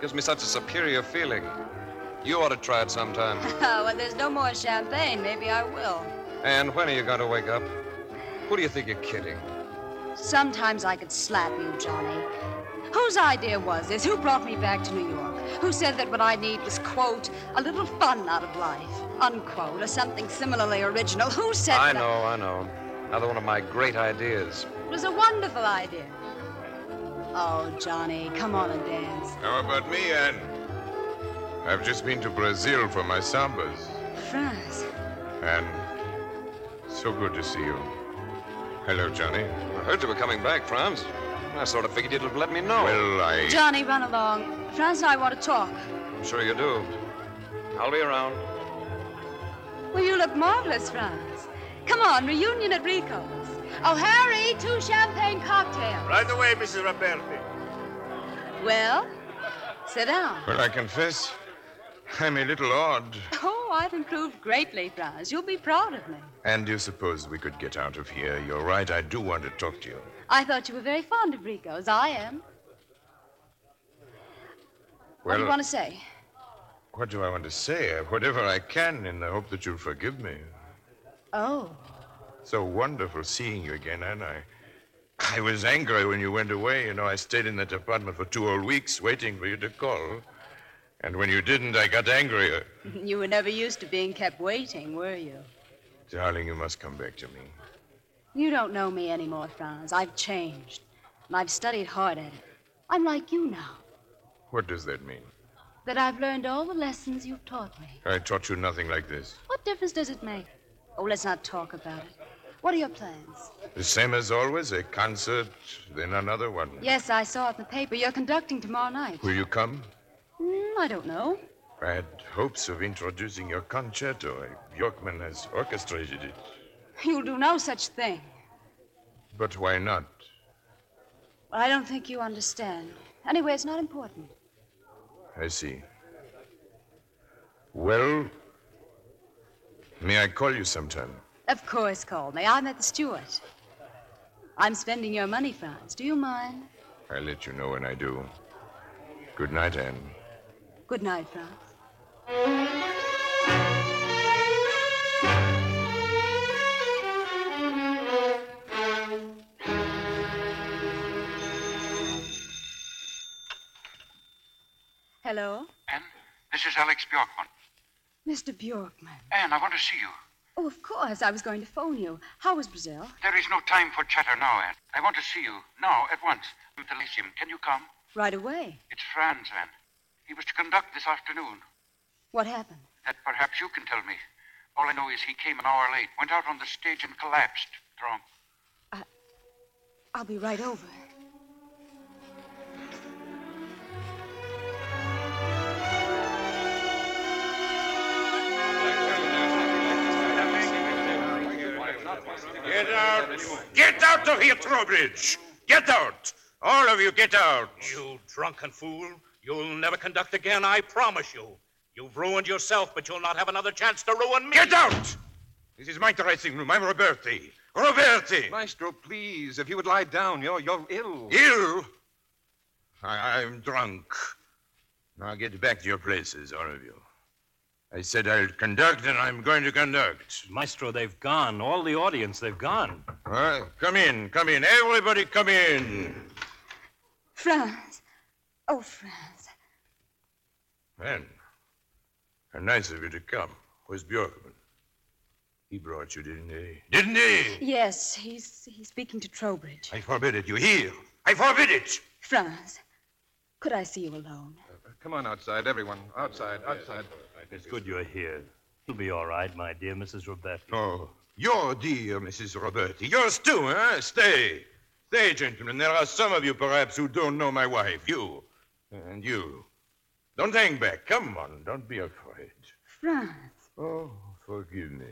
gives me such a superior feeling. You ought to try it sometime.
Oh,
well, there's no more champagne. Maybe I will.
and when are you going to wake up? Who do you think you're kidding?
Sometimes I could slap you, Johnny. Whose idea was this? Who brought me back to New York? Who said that what I need was, quote, a little fun out of life, unquote, or something similarly original? Who said
I
that?
know, I know. Another one of my great ideas.
It was a wonderful idea. Oh, Johnny, come on and dance.
How about me, Anne? I've just been to Brazil for my sambas.
Franz,
Anne, so good to see you. Hello, Johnny.
I heard you were coming back, Franz. I sort of figured you'd have let me know.
Well, I.
Johnny, run along. Franz and I want to talk.
I'm sure you do. I'll be around.
Well, you look marvelous, Franz. Come on, reunion at Rico's. Oh, Harry, two champagne cocktails.
Right away, Mrs. Roberti.
Well, sit down.
Well, I confess, I'm a little odd.
Oh, I've improved greatly, Franz. You'll be proud of me.
And you suppose we could get out of here? You're right, I do want to talk to you.
I thought you were very fond of Rico's. I am. what do you want to say? <laughs>
what do I want to say? Whatever I can, in the hope that you'll forgive me.
Oh,
So wonderful seeing you again, and I. I was angry when you went away. You know, I stayed in that apartment for two whole weeks waiting for you to call. And when you didn't, I got angrier.
you were never used to being kept waiting, were you?
Darling, you must come back to me.
You don't know me anymore, Franz. I've changed, and I've studied hard at it. I'm like you now,
What does that mean?
that I've learned all the lessons you've taught me.
I taught you nothing like this.
What difference does it make? Oh, let's not talk about it. What are your plans?
The same as always a concert, then another one.
Yes, I saw it in the paper. You're conducting tomorrow night.
Will you come?
Hmm, I don't know. <laughs>
I had hopes of introducing your concerto. Yorkman has orchestrated it.
You'll do no such thing.
But why not?
I don't think you understand. Anyway, it's not important.
I see. Well, may I call you sometime?
Of course, call me. I'm at the Stewart. I'm spending your money, Franz. Do you mind?
I'll let you know when I do. Good night, Anne.
Good night, Franz. Hello,
This is Alex Bjorkman.
Mr. Bjorkman.
Anne, I want to see you.
Oh, of course. I was going to phone you. How was Brazil?
There is no time for chatter now, Anne. I want to see you now, at once. Mr. Lysium, can you come?
Right away.
It's Franz, Anne. He was to conduct this afternoon.
What happened?
That perhaps you can tell me. All I know is he came an hour late, went out on the stage and collapsed, drunk.
I'll be right over.
Get out! Get out of here, Trowbridge! Get out! All of you, get out!
You drunken fool. You'll never conduct again, I promise you. You've ruined yourself, but you'll not have another chance to ruin me.
Get out! This is my dressing room. I'm Roberti. Roberti!
Maestro, please, if you would lie down, you're, you're ill.
Ill? I, I'm drunk. Now get back to your places, all of you. I said I'll conduct, and I'm going to conduct.
Maestro, they've gone. All the audience, they've gone.
Well, come in, come in. Everybody come in.
Franz. Oh, Franz.
Anne, how nice of you to come. Where's Bjorkman? He brought you, didn't he? Didn't he?
Yes, he's he's speaking to Trowbridge.
I forbid it. You hear? I forbid it.
Franz, could I see you alone?
Come on outside, everyone. Outside, outside.
It's good you're here. You'll be all right, my dear Mrs. Roberti.
Oh, your dear Mrs. Roberti. Yours too, huh? Stay. Stay, gentlemen. There are some of you, perhaps, who don't know my wife. You.
And you. Don't hang back. Come on. Don't be afraid.
Franz.
Oh, forgive me.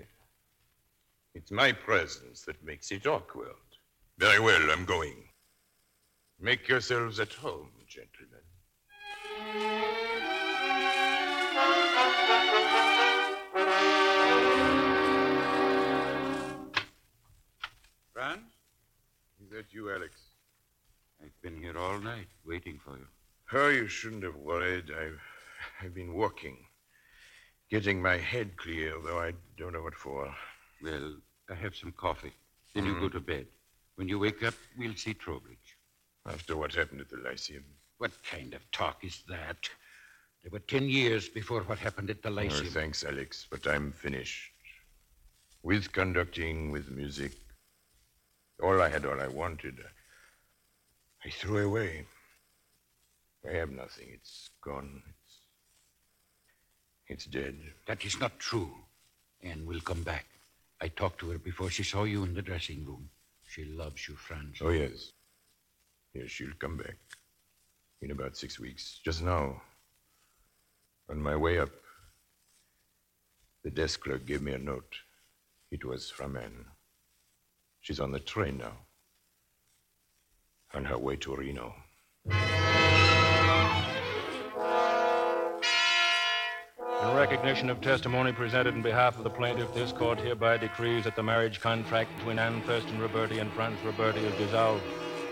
It's my presence that makes it awkward. Very well, I'm going. Make yourselves at home, gentlemen.
Franz?
Is that you, Alex?
I've been here all night waiting for you.
Oh, you shouldn't have worried. I've, I've been working, getting my head clear, though I don't know what for. Mm-hmm.
Well, I have some coffee. Then you go to bed. When you wake up, we'll see Trowbridge.
After what happened at the Lyceum.
What kind of talk is that? There were ten years before what happened at the
No,
Lyceum.
thanks, Alex, but I'm finished. With conducting, with music. All I had, all I wanted, I threw away. I have nothing. It's gone. It's dead.
That is not true. Anne will come back. I talked to her before she saw you in the dressing room. She loves you, Franz.
Oh, yes. Yes, she'll come back. In about six weeks. Just now. On my way up, the desk clerk gave me a note. It was from Anne. She's on the train now. On her way to Reno.
In recognition of testimony presented in behalf of the plaintiff, this court hereby decrees that the marriage contract between Anne Thurston Roberti and Franz Roberti is dissolved,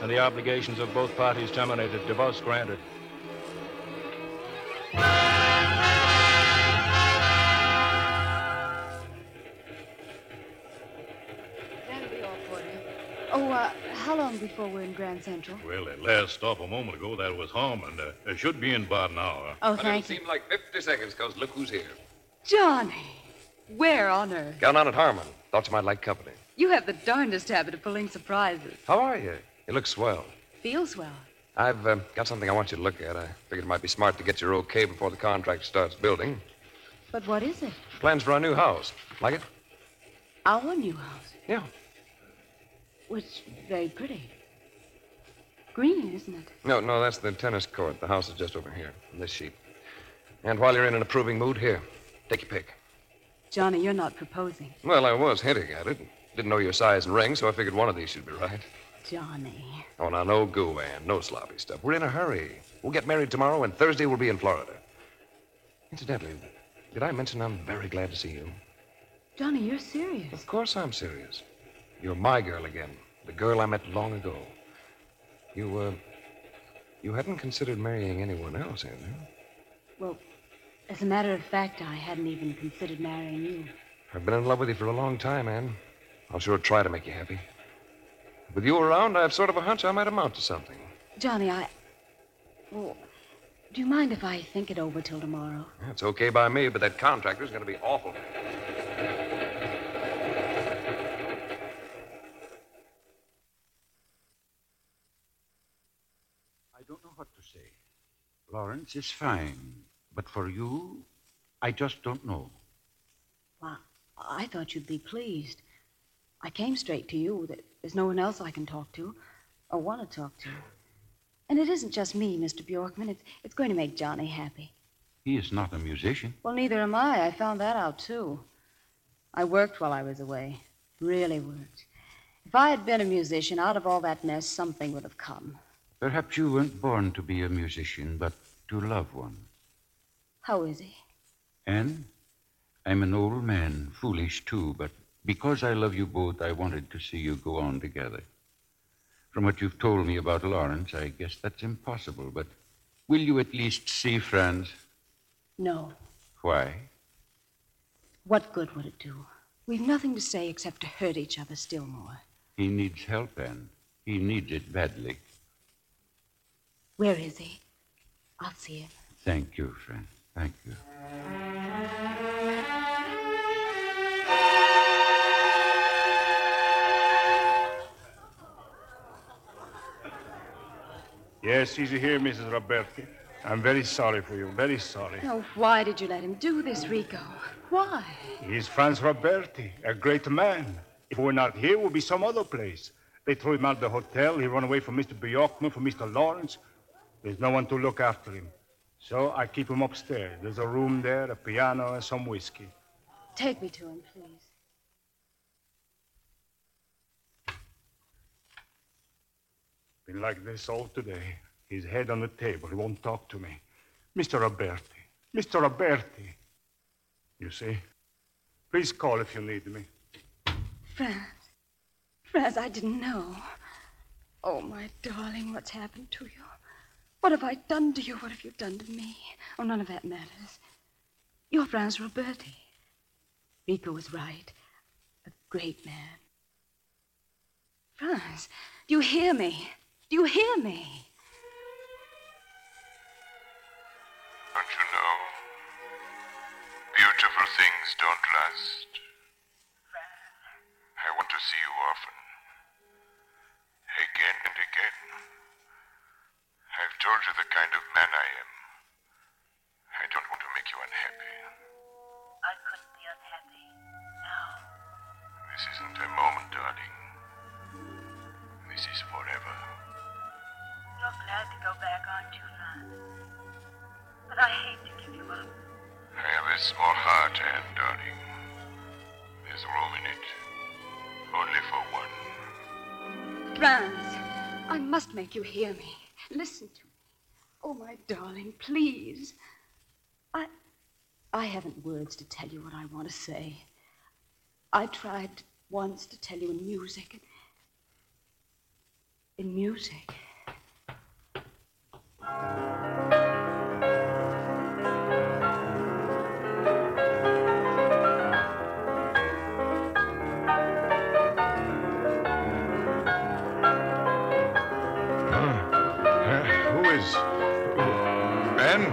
and the obligations of both parties terminated, divorce granted.
That'll be all for you. Oh, uh, how long before we're in Grand Central?
Well, that last stop a moment ago, that was Harmon. Uh, it should be in about an hour.
Oh, thank you.
Seemed like 50 seconds, because look who's here.
Johnny, where on earth?
Got on at Harmon. Thought you might like company.
You have the darndest habit of pulling surprises.
How are you? You look swell.
Feels well.
I've uh, got something I want you to look at. I figured it might be smart to get your okay before the contract starts building.
But what is it?
Plans for our new house. Like it?
Our new house.
Yeah.
It's very pretty. Green, isn't it?
No, no, that's the tennis court. The house is just over here, on this sheet. And while you're in an approving mood, here, take your pick.
Johnny, you're not proposing.
Well, I was hinting at it. Didn't know your size and ring, so I figured one of these should be right.
Johnny.
Oh, now, no goo, Ann. No sloppy stuff. We're in a hurry. We'll get married tomorrow, and Thursday we'll be in Florida. Incidentally, did I mention I'm very glad to see you?
Johnny, you're serious.
Of course I'm serious. You're my girl again. The girl I met long ago. You, uh. You hadn't considered marrying anyone else, had you?
Well, as a matter of fact, I hadn't even considered marrying you.
I've been in love with you for a long time, Ann. I'll sure try to make you happy. With you around, I have sort of a hunch I might amount to something.
Johnny, I. Well, do you mind if I think it over till tomorrow?
That's okay by me, but that contractor's going to be awful.
I don't know what to say. Lawrence is fine. But for you, I just don't know.
Well, I thought you'd be pleased. I came straight to you. There- There's no one else I can talk to or want to talk to. And it isn't just me, Mr. Bjorkman. It's, it's going to make Johnny happy.
He is not a musician.
Well, neither am I. I found that out, too. I worked while I was away. Really worked. If I had been a musician, out of all that mess, something would have come.
Perhaps you weren't born to be a musician, but to love one.
How is he?
Anne, I'm an old man, foolish too, but because I love you both, I wanted to see you go on together. From what you've told me about Lawrence, I guess that's impossible, but will you at least see Franz?
No.
Why?
What good would it do? We've nothing to say except to hurt each other still more.
He needs help, Anne. He needs it badly.
Where is he? I'll see him.
Thank you, Franz. Thank you.
Yes, he's here, Mrs. Roberti. I'm very sorry for you, very sorry.
Oh, why did you let him do this, Rico? Why?
He's Franz Roberti, a great man. If we're not here, we'll be some other place. They threw him out of the hotel. He ran away from Mr. Bjorkman, from Mr. Lawrence. There's no one to look after him. So I keep him upstairs. There's a room there, a piano, and some whiskey.
Take me to him, please.
Been like this all today. His head on the table. He won't talk to me. Mr. Roberti. Mr. Roberti. You see? Please call if you need me.
Franz. Franz, I didn't know. Oh, my darling, what's happened to you? What have I done to you? What have you done to me? Oh, none of that matters. You're Franz Roberti. Rico was right. A great man. Franz, do you hear me? Do you hear me?
Don't you know? Beautiful things don't last. I want to see you often. Again and again. I've told you the kind of man I am. I don't want to make you unhappy.
I couldn't be unhappy.
This isn't a moment, darling. This is forever.
You're glad to go back, aren't you, Franz? But I hate to give you up.
I have a small heart, Anne, darling. There's room in it. Only for one.
Franz, I must make you hear me. Listen to me. Oh, my darling, please. I. I haven't words to tell you what I want to say. I tried once to tell you in music. In music.
Hmm.
Who is. Anne?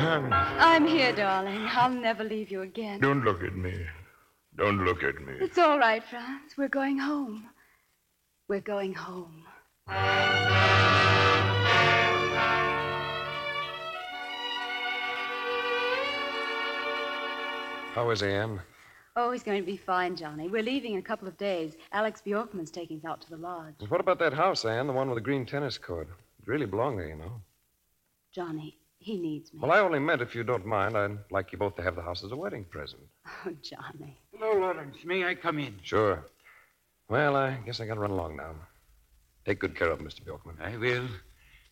Anne,
I'm here, darling. I'll never leave you again.
don't look at me. Don't look at me.
It's all right, Franz. We're going home. We're going home.
How is Anne?
Oh, he's going to be fine, Johnny. We're leaving in a couple of days. Alex Bjorkman's taking us out to the lodge.
What about that house, Anne? The one with the green tennis court? It really belonged there, you know.
Johnny, he needs me.
Well, I only meant if you don't mind, I'd like you both to have the house as a wedding present.
Oh, Johnny.
Hello, Lawrence. May I come in?
Sure. Well, I guess I gotta run along now. Take good care of him, Mr. Bjorkman.
I will.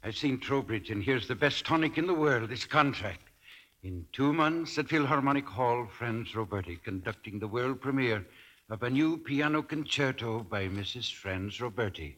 I've seen Trowbridge, and here's the best tonic in the world. It's contract. In two months at Philharmonic Hall, Franz Roberti conducting the world premiere of a new piano concerto by Mrs. Franz Roberti.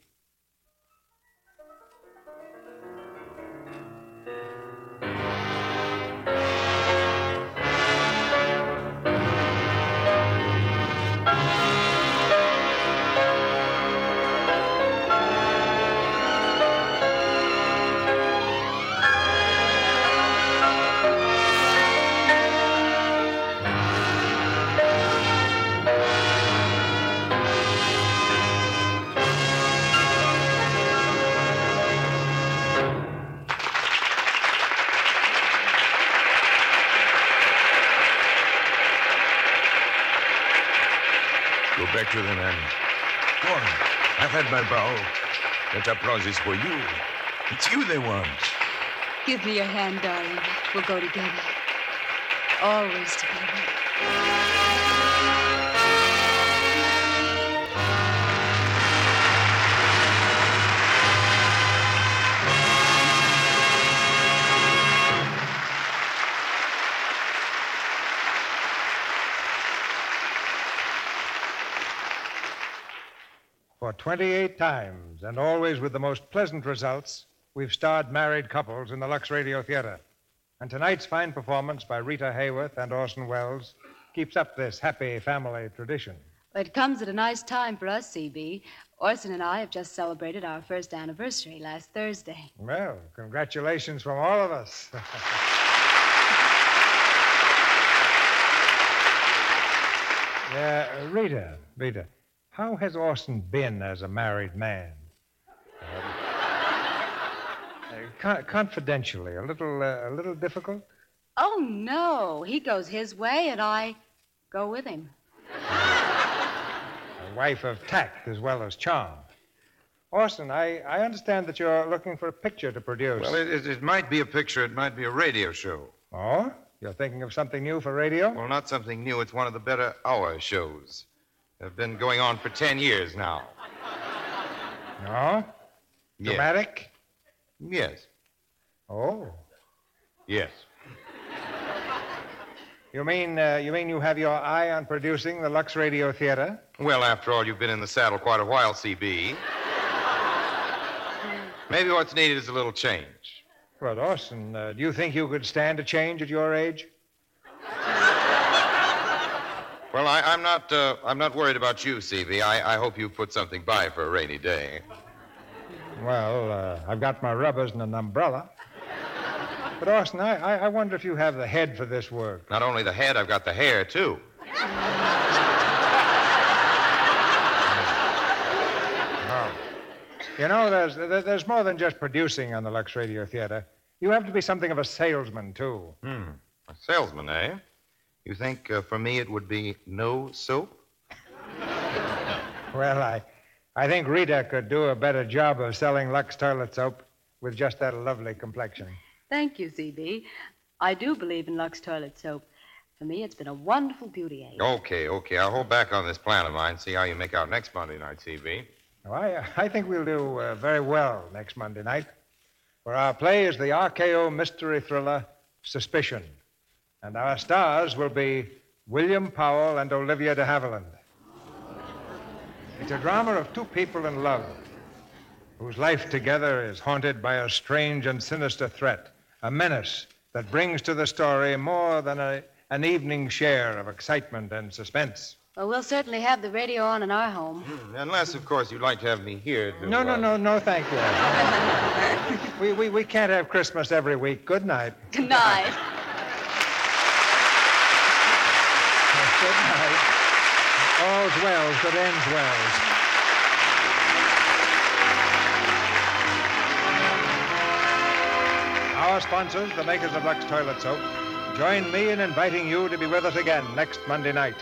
Go back to them, Anne. Go on. I've had my bow. That applause is for you. It's you they want.
Give me your hand, darling. We'll go together. Always together.
For 28 times, and always with the most pleasant results, we've starred married couples in the Lux Radio Theater. And tonight's fine performance by Rita Hayworth and Orson Welles keeps up this happy family tradition.
It comes at a nice time for us, CB. Orson and I have just celebrated our first anniversary last Thursday.
Well, congratulations from all of us. <laughs> yeah, Rita, Rita, how has Orson been as a married man?
Um,
Uh, <laughs> con- confidentially, a little, uh, a little difficult.
Oh, no. He goes his way, and I go with him.
A wife of tact as well as charm. Orson, I, I understand that you're looking for a picture to produce.
Well, it, it, it might be a picture, it might be a radio show.
Oh? You're thinking of something new for radio?
Well, not something new. It's one of the better hour shows. They've been going on for 10 years now.
No?
Yes.
Dramatic?
Yes.
Oh.
Yes.
You mean uh, you mean you have your eye on producing the Lux Radio Theater?
Well, after all, you've been in the saddle quite a while, CB. Maybe what's needed is a little change.
Well, Orson, uh, do you think you could stand a change at your age?
Well, I, I'm not. Uh, I'm not worried about you, CB. I, I hope you put something by for a rainy day.
Well, uh, I've got my rubbers and an umbrella. <laughs> But Orson, I, I, I wonder if you have the head for this work.
Not only the head, I've got the hair too.
You know, there's there- there's more than just producing on the Lux Radio Theater. You have to be something of a salesman too.
Hmm. A salesman, eh? You think uh, for me it would be no soap?
Well, I, I think Rita could do a better job of selling Lux toilet soap with just that lovely complexion.
Thank you, ZB. I do believe in Lux toilet soap. For me, it's been a wonderful beauty aid.
Okay, okay. I'll hold back on this plan of mine. See how you make out next Monday night, CB.
Now, I, I think we'll do uh, very well next Monday night, for our play is the RKO mystery thriller Suspicion. And our stars will be William Powell and Olivia de Havilland. It's a drama of two people in love whose life together is haunted by a strange and sinister threat, a menace that brings to the story more than a, an evening share of excitement and suspense.
Well, we'll certainly have the radio on in our home.
Hmm.
<laughs>
Unless, of course, you'd like to have me here. To,
No, no,
uh,
no, no, thank you. <laughs> we, we, we can't have Christmas every week. Good night.
Good night.
Good night. All's well that ends well. Our sponsors, the makers of Lux Toilet Soap, join me in inviting you to be with us again next Monday night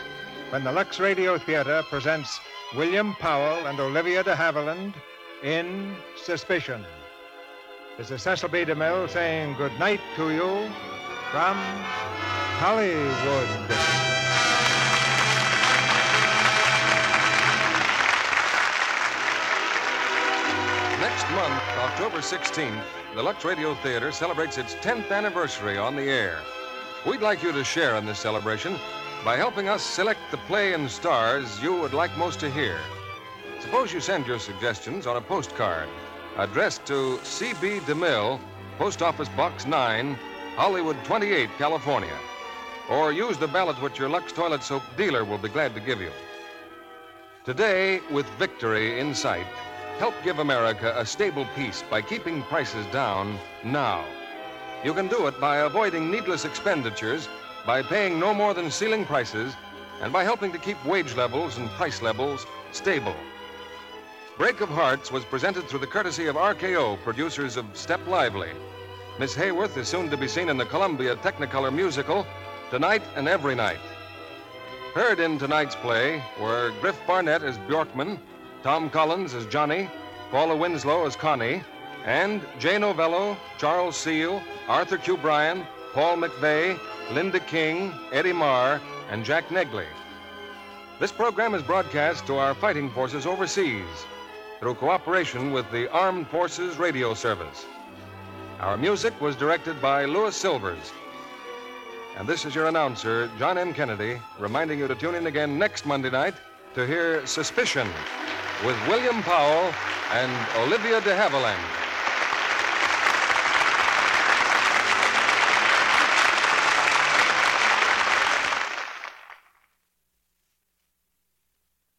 when the Lux Radio Theater presents William Powell and Olivia de Havilland in Suspicion. This is Cecil B. DeMille saying good night to you from Hollywood.
Next month, October 16th, the Lux Radio Theater celebrates its 10th anniversary on the air. We'd like you to share in this celebration by helping us select the play and stars you would like most to hear. Suppose you send your suggestions on a postcard addressed to C.B. DeMille, Post Office Box 9, Hollywood 28, California. Or use the ballot which your Lux Toilet Soap dealer will be glad to give you. Today, with victory in sight, help give America a stable peace by keeping prices down now. You can do it by avoiding needless expenditures, by paying no more than ceiling prices, and by helping to keep wage levels and price levels stable. Break of Hearts was presented through the courtesy of RKO, producers of Step Lively. Miss Hayworth is soon to be seen in the Columbia Technicolor musical, tonight and every night. Heard in tonight's play were Griff Barnett as Bjorkman, Tom Collins as Johnny, Paula Winslow as Connie, and Jay Novello, Charles Seal, Arthur Q. Bryan, Paul McVeigh, Linda King, Eddie Marr, and Jack Negley. This program is broadcast to our fighting forces overseas through cooperation with the Armed Forces Radio Service. Our music was directed by Louis Silvers. And this is your announcer, John M. Kennedy, reminding you to tune in again next Monday night to hear Suspicion with William Powell and Olivia de Havilland.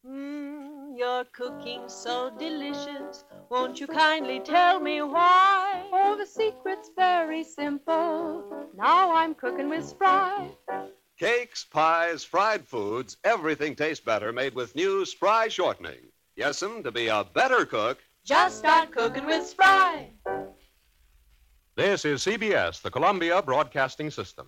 Mmm, you're cooking so delicious. Won't you kindly tell me why?
Oh, the secret's very simple. Now I'm cooking with Spry.
Cakes, pies, fried foods, everything tastes better made with new Spry shortening. Yes'm, to be a better cook.
Just start cooking with Spry.
This is CBS, the Columbia Broadcasting System.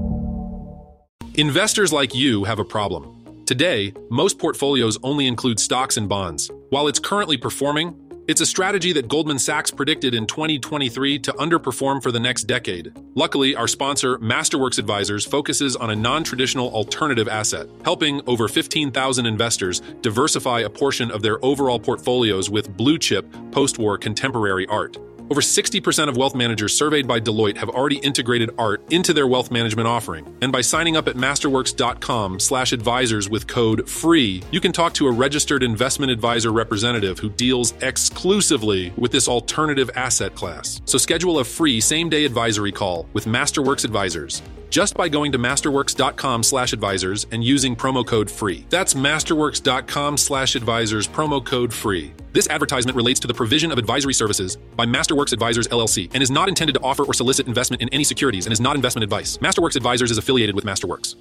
Investors like you have a problem. Today, most portfolios only include stocks and bonds. While it's currently performing, it's a strategy that Goldman Sachs predicted in 2023 to underperform for the next decade. Luckily, our sponsor, Masterworks Advisors, focuses on a non traditional alternative asset, helping over 15,000 investors diversify a portion of their overall portfolios with blue chip, post war contemporary art. Over 60% of wealth managers surveyed by Deloitte have already integrated art into their wealth management offering. And by signing up at masterworks.com/advisors with code FREE, you can talk to a registered investment advisor representative who deals exclusively with this alternative asset class. So schedule a free same-day advisory call with Masterworks Advisors just by going to masterworks.com/advisors and using promo code FREE. That's masterworks.com/advisors promo code FREE. This advertisement relates to the provision of advisory services by Masterworks Advisors LLC and is not intended to offer or solicit investment in any securities and is not investment advice. Masterworks Advisors is affiliated with Masterworks.